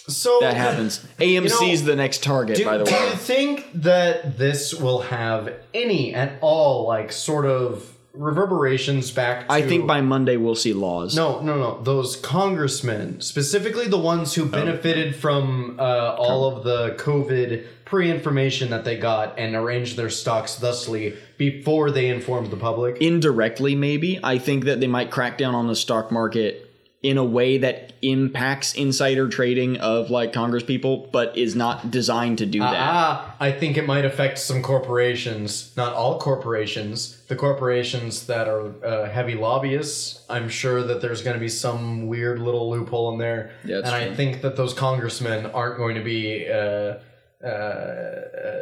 So That happens. AMC's know, the next target, Do, by the do you way. think that this will have any at all, like sort of reverberations back? to... I think by Monday we'll see laws. No, no, no. Those congressmen, specifically the ones who benefited from uh, all of the COVID pre-information that they got and arranged their stocks thusly before they informed the public. indirectly, maybe. I think that they might crack down on the stock market in a way that impacts insider trading of like Congress people, but is not designed to do that. Ah, I think it might affect some corporations. Not all corporations. The corporations that are uh, heavy lobbyists. I'm sure that there's going to be some weird little loophole in there. Yeah, that's and I true. think that those congressmen aren't going to be. Uh, uh, uh,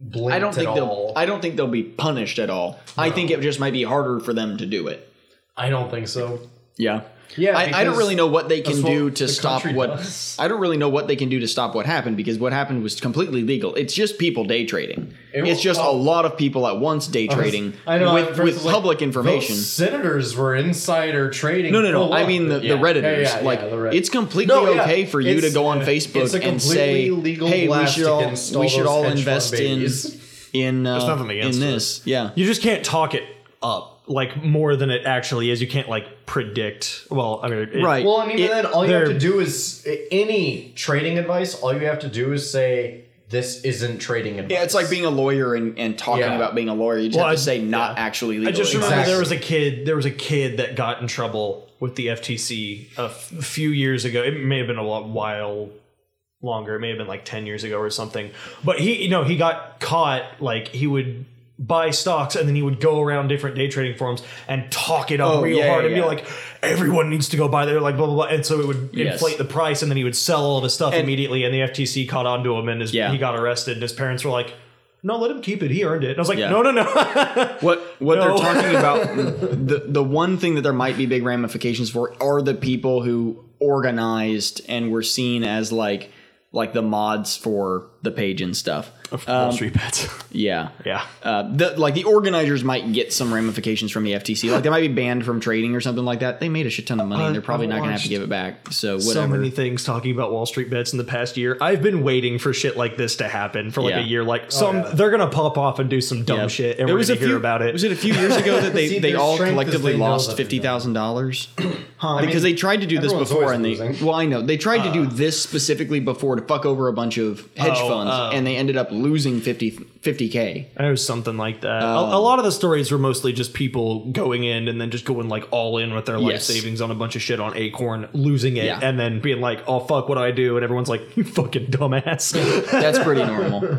blinked I don't think at they'll. all. I don't think they'll be punished at all. I think it just might be harder for them to do it. I don't think so. Yeah. Yeah, I, I don't because really know what they can that's what do to the stop country what does. I don't really know what they can do to stop what happened because what happened was completely legal. It's just people day trading. It it's wa- just a oh. lot of people at once day trading I know with, at first with it's like, public information. Those senators were insider trading. No, no, no. full I on. mean the, Yeah. the redditors. Yeah, yeah, like yeah, the Reddit. it's completely No, yeah. okay for you to It's- go on uh, Facebook it's a and say, completely legal "Hey, we blast should all, against all we should those all hedge fund invest in babies." in uh, nothing in against this." Yeah, you just can't talk it up like more than it actually is. You can't like predict. Well, I mean, it- right. Well, and even It- then, all you have they're- to do is any trading advice. All you have to do is say this isn't trading advice. yeah, it's like being a lawyer and, and talking Yeah. about being a lawyer. You just Well, have I- to say not actually legal. I just remember Exactly. there was a kid. There was a kid that got in trouble with the FTC a f- few years ago. It may have been a lot while longer. It may have been like ten years ago or something. But he, you know, he got caught. Like he would buy stocks and then he would go around different day trading forums and talk it up Oh, real yeah, hard yeah, and yeah. be like, everyone needs to go buy. They're like blah blah blah, and so it would Yes. inflate the price, and then he would sell all of his stuff immediately, and the FTC caught onto him, and his, Yeah. he got arrested, and his parents were like. No, let him keep it. He earned it. And I was like, Yeah. no, no, no. What what No. they're talking about the the one thing that there might be big ramifications for are the people who organized and were seen as like like the mods for the page and stuff. Wall Street bets. Yeah. Yeah. Uh, the, like the organizers might get some ramifications from the FTC. Like they might be banned from trading or something like that. They made a shit ton of money. and They're probably I've not going to have to watched give it back. So whatever. Uh, So many things talking about Wall Street bets in the past year. I've been waiting for shit like this to happen for like Yeah. a year. Like some, they're gonna pop off and do some dumb Yeah. shit, and we're was gonna a hear few- about it. Was it a few years ago that they, See, they their all strength is collectively they know lost that they fifty thousand dollars? mean, Because they tried to do this everyone's before, always and they losing. well, I know they tried to do this specifically before to fuck over a bunch of hedge Uh. Oh, funds, oh. and they ended up losing 50 k. It was something like that. a, a lot of the stories were mostly just people going in and then just going like all in with their life Yes. savings on a bunch of shit on Acorn, losing it, Yeah. and then being like, "Oh fuck, what do I do?" And everyone's like, "You fucking dumbass." That's pretty normal.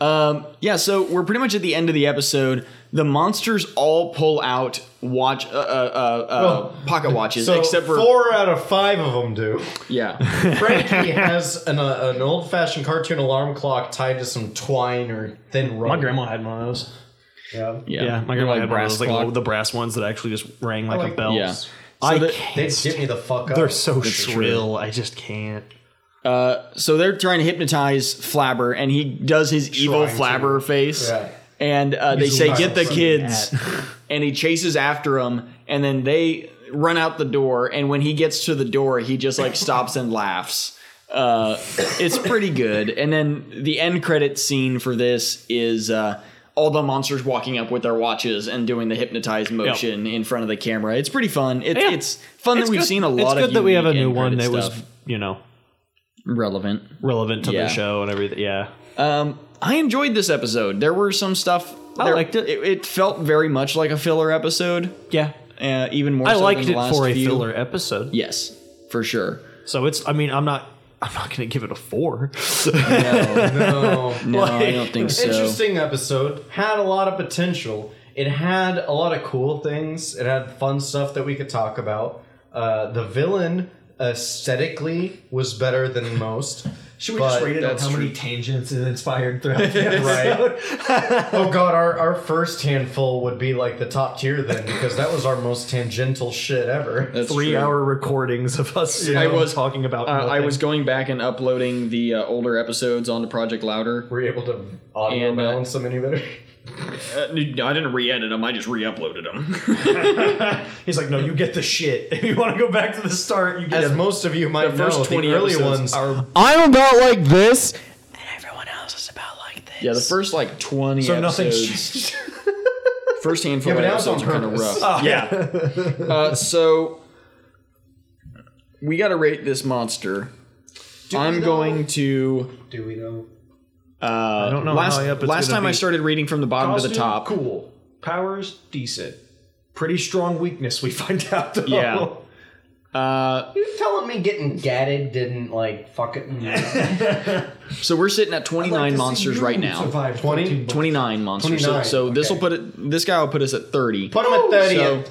Um, yeah, so we're pretty much at the end of the episode. The monsters all pull out watch uh, uh, uh, uh, pocket watches, So except for four out of five of them do. yeah, Frankie has an, uh, an old-fashioned cartoon alarm clock tied to some twine or thin rope. my grandma had one of those. Yeah. yeah, Yeah, my grandma Like had one of brass those, like clock. little- the brass ones that actually just rang like, like- a bell. Yeah. So So I the- can't. They get me the fuck up. They're so shrill. I just can't. so they're trying to hypnotize Flabber, and he does his evil Trying to. Flabber face. Yeah. And uh, they say, wild "Get the son. kids," and he chases after them, and then they run out the door. And when he gets to the door, he just like stops and laughs. Uh, it's pretty good. And then the end credit scene for this is uh, all the monsters walking up with their watches and doing the hypnotized motion in front of the camera. It's pretty fun. It, Yeah. It's fun It's that we've good- seen a lot. It's good of that we have a unique new end one that credit was, stuff you know, relevant. relevant to Yeah. the show and everything. Yeah. Um, I enjoyed this episode. There were some stuff. I there- liked it. it. felt very much like a filler episode, Yeah. uh, even more. I so than liked the it last for a few. filler episode. Yes, for sure. So it's. I mean, I'm not. I'm not gonna give it a four. No. No, I don't think so. Interesting episode. Had a lot of potential. It had a lot of cool things. It had fun stuff that we could talk about. Uh, the villain aesthetically was beter than most. Should we just read it? how many tangents it inspired throughout Right. oh god, our, our first handful would be like the top tier then, because that was our most tangential shit ever. That's true. three-hour recordings of us. I was- was talking about. Uh, I was going back and uploading the uh, older episodes onto Project Louder. Were you able to audio And, uh, balance them any better? Uh, no, I didn't re-edit them. I just re-uploaded them. He's like, no, you get the shit. If you want to go back to the start, you get. As most of you might the first know, 20 the early episodes ones Our, I'm about like this. yeah, the first like twenty so nothing's episodes, changed. first handful Yeah, of but that was episodes on are kind of purpose. rough. Oh, Uh, so we got to rate this monster. I'm know? going to. Do we know? Uh, I don't know Last, how high up Oh, it's last gonna time I be. started reading from the bottom to the Costume, top. Cool. Powers decent. Pretty strong weakness. We find out. Though. Yeah. Uh, You telling me getting gatted didn't like fucking so we're sitting at 29 monsters right now. Survive 20? 29 monsters. So- 29, So, this will okay. put it. This guy will put us at 30. Put him at thirty. Oh,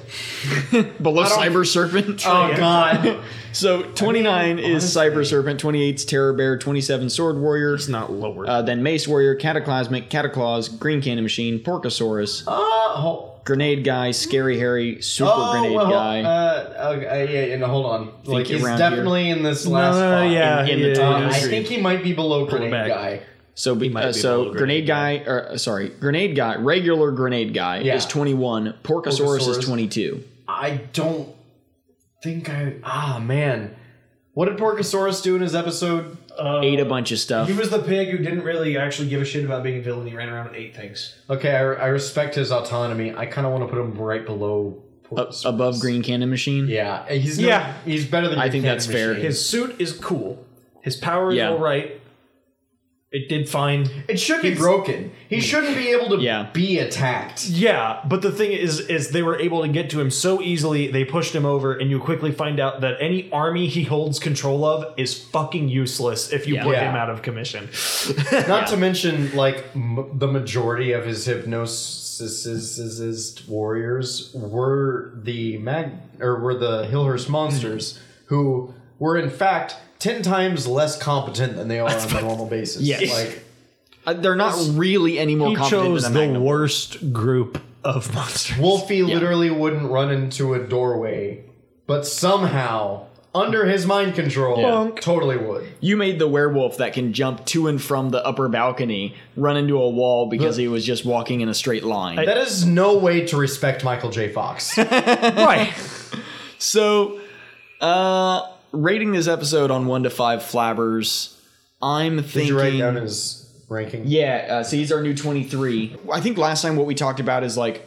So below Cyber Serpent. oh god. so 29 is Cyber Serpent. 28 is Terror Bear. 27 Sword Warrior. It's not lower. Uh, then Mace Warrior, Cataclysmic, Cataclaws, Green Cannon Machine, Porcosaurus, oh, Grenade Guy, Scary Harry, Super oh, Grenade well, Guy. Uh, okay, yeah, and hold on. Like he's around definitely in this last no, spot. yeah, in the yeah, top. Um, I Agreed. think he might be below grenade back. guy. So, be, might uh, be so below grenade Grenade guy, or uh, sorry, grenade guy, regular grenade guy Yeah. is twenty one. Porcosaurus, is Porcosaurus. twenty two. I don't think I. Ah man, what did Porcosaurus do in his episode? um, Ate a bunch of stuff. He was the pig who didn't really actually give a shit about being a villain. He ran around and ate things. Okay, I, I respect his autonomy. I kind of want to put him right below. Up- Porcosaurus. Uh, above Green Cannon Machine. Yeah, he's no- Yeah. he's better than. I your think cannon that's fair. machine. His suit is cool. His power is Yeah. all right. It did fine. It should be broken. He shouldn't be able to Yeah. be attacked. Yeah, but the thing is, is they were able to get to him so easily. They pushed him over, and you quickly find out that any army he holds control of is fucking useless if you put Yeah. him out of commission. Not to mention, like m- the majority of his hypnosis warriors were the mag or were the Hillhurst Mm-hmm. monsters, who were in fact ten times less competent than they are on a normal basis. Yes. like Uh, they're not really any more He competent chose than the a Magnum. worst group of monsters. Wolfie literally wouldn't run into a doorway, but somehow under his mind control, Bonk. totally would. You made the werewolf that can jump to and from the upper balcony run into a wall because he was just walking in a straight line. That is no way to respect Michael J. Fox. right. So, uh, rating this episode on one to five flabbers, I'm Did thinking. you write down his ranking? yeah, uh, so he's our new 23. I think last time what we talked about is like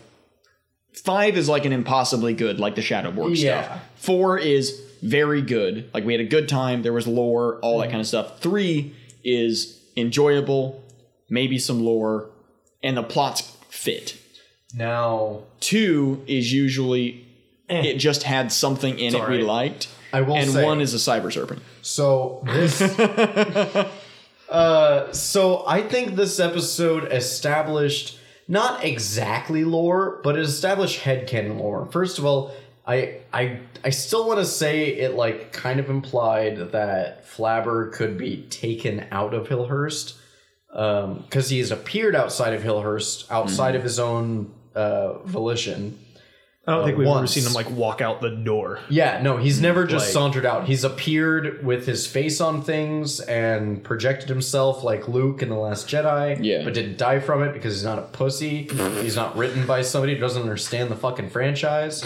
five is like an impossibly good, like the Shadow Borg Yeah. stuff. Four is very good, like we had a good time, there was lore, all that kind of stuff. Three is enjoyable, maybe some lore, and the plots fit. Now, Two is usually it just had something in it we alright. liked. I will and say. one is a cyber serpent. So this. uh, so I think this episode established not exactly lore, but it established headcanon lore. First of all, I I I still want to say it like kind of implied that Flabber could be taken out of Hillhurst because he has appeared outside of Hillhurst, outside of his own uh, volition. I don't think we've ever once. seen him like walk out the door. Yeah, no, he's never just Like- sauntered out. He's appeared with his face on things and projected himself like Luke in The Last Jedi. Yeah. But didn't die from it because he's not a pussy. he's not written by somebody who doesn't understand the fucking franchise.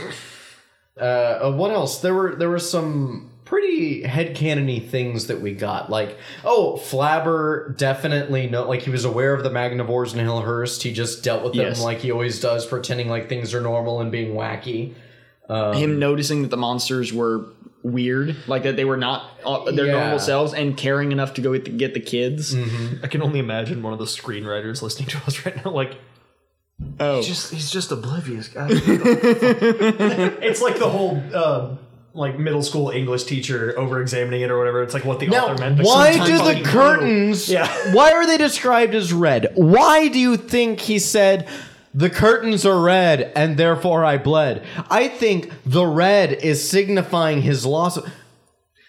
Uh, uh, what else? There were there were some pretty headcanony things that we got. Like, oh, Flabber definitely no like he was aware of the Magnivores in Hillhurst. He just dealt with them Yes. like he always does, pretending like things are normal and being wacky. Um, him noticing that the monsters were weird, like that they were not uh, their Yeah. normal selves, and caring enough to go get the, get the kids. I can only imagine one of the screenwriters listening to us right now, like Oh, just he's just oblivious. God, what the fuck? it's like the whole um, like middle school English teacher over examining it or whatever. It's like what the Now, author meant. but why sometimes do fucking the blue. curtains? Yeah. Why are they described as red? Why do you think he said the curtains are red and therefore I bled? I think the red is signifying his loss. of-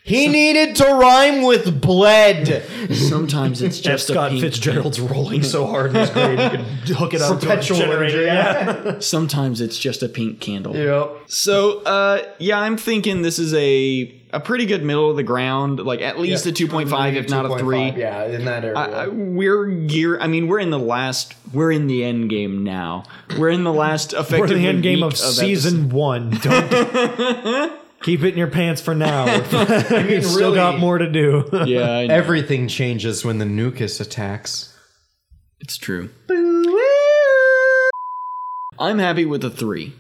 He needed to rhyme with bled. sometimes it's F. just a Scott pink. Fitzgerald's rolling so hard in his grade, you could hook it up Perpetual to a generator. energy, Yeah. sometimes it's just a pink candle. Yep. So, uh, yeah, I'm thinking this is a a pretty good middle of the ground, like at least a two point five, if not a three. Yeah, in that area. I- we're gear. I mean, we're in the last. We're in the end game now. We're in the last. We're Effectively the end game of, week season one. Don't keep it in your pants for now. We've still really- got more to do. episodes. Yeah, I know. Everything changes when the nucus attacks. it's true. I'm happy with a three.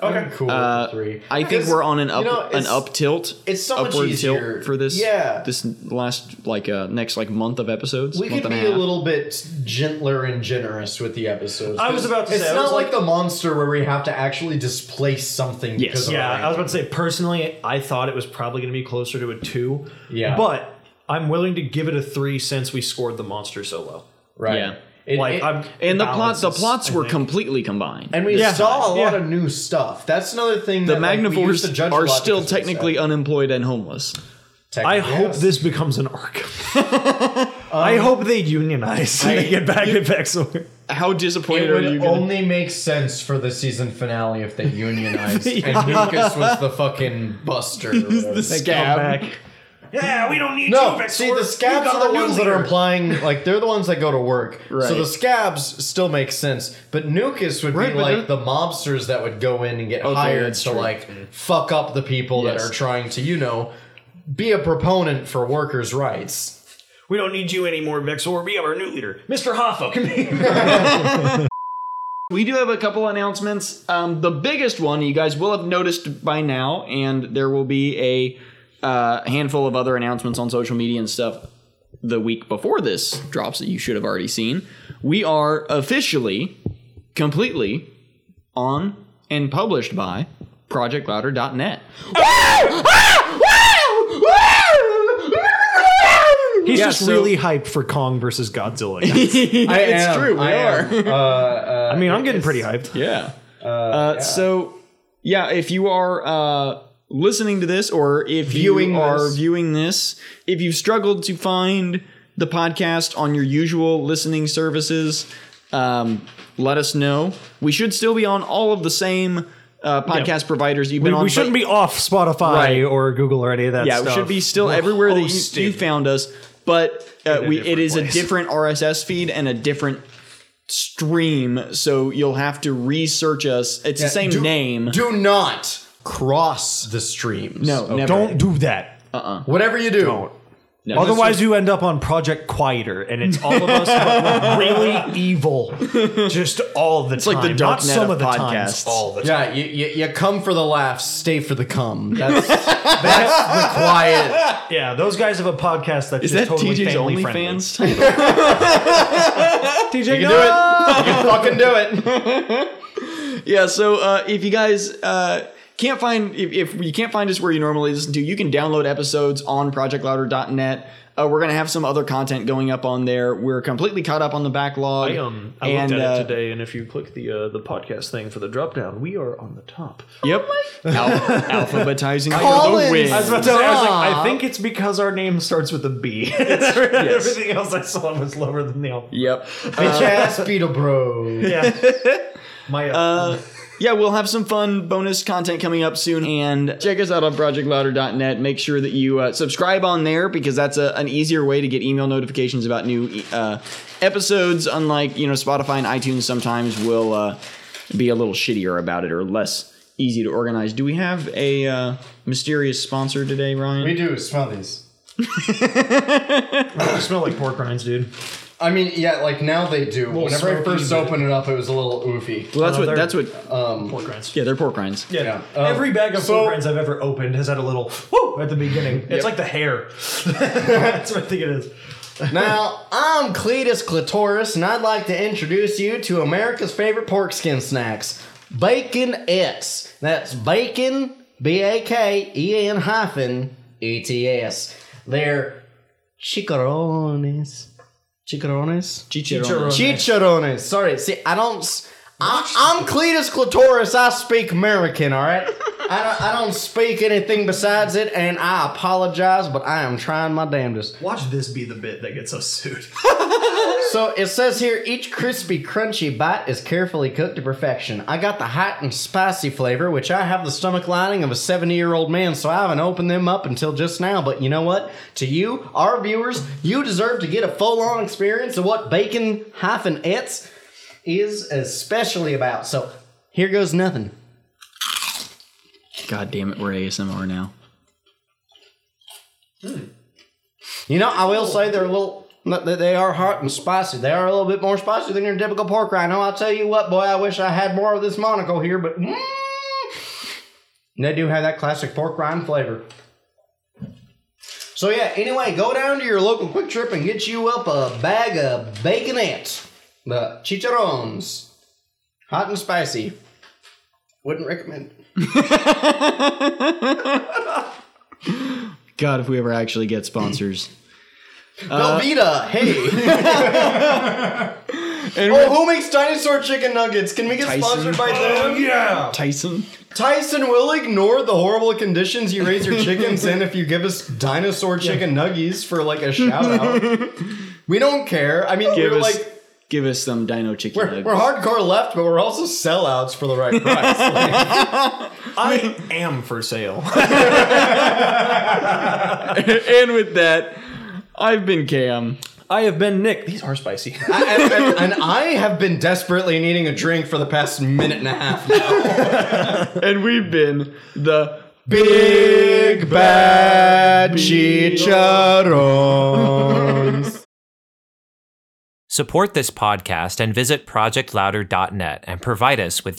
Okay, cool. Uh, three. I think we're on an up know, an it's- up tilt. it's so much upward easier. tilt for this. Yeah. This last like uh next like month of episodes. We month could and be a, a half. little bit gentler and generous with the episodes. I was about to it's say, I not was like, like- the monster where we have to actually displace Yes. something. because of Yeah, our I was about to say personally, I thought it was probably going to be closer to a two. Yeah. but I'm willing to give it a three since we scored the monster so low. right. Yeah. It- Like it- I'm And the plot balance the is- plots I were think- completely combined. and we Yeah. saw a Yeah. lot of new stuff. That's another thing. the that, like, we used to Magnivores judge a are lot still because of this technically stuff. unemployed and homeless. I Technically, hope yes. Um, this becomes an arc. I hope they unionize and they get back to Vexor. How It disappointed are you? would Gonna, only make sense for the season finale if they unionized and Nucus was the fucking buster. or whatever. They Yeah, we don't need No, you, Vexor. see, the scabs We got are our the new ones that are leader. implying, like, they're the ones that go to work. Right. So the scabs still make sense. But Nucus would Right, be but like they're- the mobsters that would go in and get hired that's to, true. like, fuck up the people Yes. that are trying to, you know, be a proponent for workers' rights. We don't need you anymore, Vexor. We have our new leader, Mr. Hoffa. Come here. We do have a couple announcements. Um, the biggest one you guys will have noticed by now, and there will be a uh, handful of other announcements on social media and stuff the week before this drops that you should have already seen. We are officially, completely on and published by ProjectLouder.net. He's Yeah, just so- really hyped for Kong versus Godzilla. it's true, we are. are. uh, uh, I mean, I'm getting pretty hyped. Yeah. Uh, So, yeah, if you are uh, listening to this or if Viewing you are this. viewing this, if you've struggled to find the podcast on your usual listening services, um, let us know. We should still be on all of the same uh, podcast providers you've been on. we shouldn't but- be off Spotify Right. or Google or any of that Yeah, stuff. we should be still We're everywhere that hosted. you, you found us, but uh, In a we it different is place. a different RSS feed and a different stream, so you'll have to research us. It's the same do- name. Do not cross the streams. no, never. Oh, Don't do that. Whatever you do, No. Otherwise, you end up on Project Quieter, and it's all of us but we're really evil, just all the time. like the dark Not net some of of the podcasts. times, all the time. Yeah, you, you, you come for the laughs, stay for the cum. That's, that's the quiet. Yeah, those guys have a podcast that's is that totally TJ's family only friendly. fans? TJ, You do it. You fucking do it. Yeah, so uh, if you guys uh, can't find if, if you can't find us where you normally listen to, you can download episodes on projectlouder.net. Uh, we're gonna have some other content going up on there. We're completely caught up on the backlog. I, um, I and, looked at uh, it today, and if you click the uh, the podcast thing for the drop down, we are on the top. Yep. Oh Al- alphabetizing for the Collins. win. I was about So I was like, I think it's because our name starts with a B. Everything else I saw was lower than the alphabet. Yep. Bitch ass beetle bro. Yeah. My uh, Yeah, we'll have some fun bonus content coming up soon. And check us out on projectlouder.net. Make sure that you uh, subscribe on there because that's a, an easier way to get email notifications about new uh, episodes. Unlike, you know, Spotify and iTunes sometimes will uh, be a little shittier about it or less easy to organize. Do we have a uh, mysterious sponsor today, Ryan? We do smell these. I smell like pork rinds, dude. I mean, yeah, like now they do. Whenever I smoky first bit. opened it up, it was a little oofy. well, that's No, what, they're- that's what, Pork rinds. yeah, they're pork rinds. Yeah. Um, Every bag of so- pork rinds I've ever opened has had a little woo at the beginning. It's like the hair. That's what I think it is. Now, I'm Cletus Clitoris, and I'd like to introduce you to America's favorite pork skin snacks, Bacon X. That's bacon, B A K E N hyphen E T S. They're chicharrones. Chicharrones? Chicharrones. Chicharrones. Sorry, see, I don't. s- I, am Cletus Clitoris. I speak American, all right? I don't, I don't speak anything besides it, and I apologize, but I am trying my damnedest. Watch this be the bit that gets us sued. So it says here each crispy, crunchy bite is carefully cooked to perfection. I got the hot and spicy flavor, which I have the stomach lining of a 70 year old man, so I haven't opened them up until just now. But you know what? To you, our viewers, you deserve to get a full on experience of what bacon hyphen ets is especially about. So here goes nothing. God damn it, we're ASMR now. You know, I will say they're a little. They they are hot and spicy. They are a little bit more spicy than your typical pork rhino. I'll tell you what, boy, I wish I had more of this monocle here, but mm, they do have that classic pork rind flavor. So yeah. Anyway, go down to your local Quick Trip and get you up a bag of baconettes, the chicharrones, hot and spicy. Wouldn't recommend. God, if we ever actually get sponsors. Velveeta, hey. and oh, who makes dinosaur chicken nuggets? Can we get sponsored by them? Oh, yeah. Tyson. Tyson will ignore the horrible conditions you raise your chickens in if you give us dinosaur chicken nuggies for like a shout out. we don't care. I mean, Give we're us, like give us some dino chicken. we're, nuggets. we're hardcore left, but we're also sellouts for the right price. Like, I am for sale. and with that, I've been Cam. I have been Nick. These are spicy. and, and- and I have been desperately needing a drink for the past minute and a half. Now. And we've been the Big bad chicharrones. Support this podcast and visit projectlouder.net and provide us with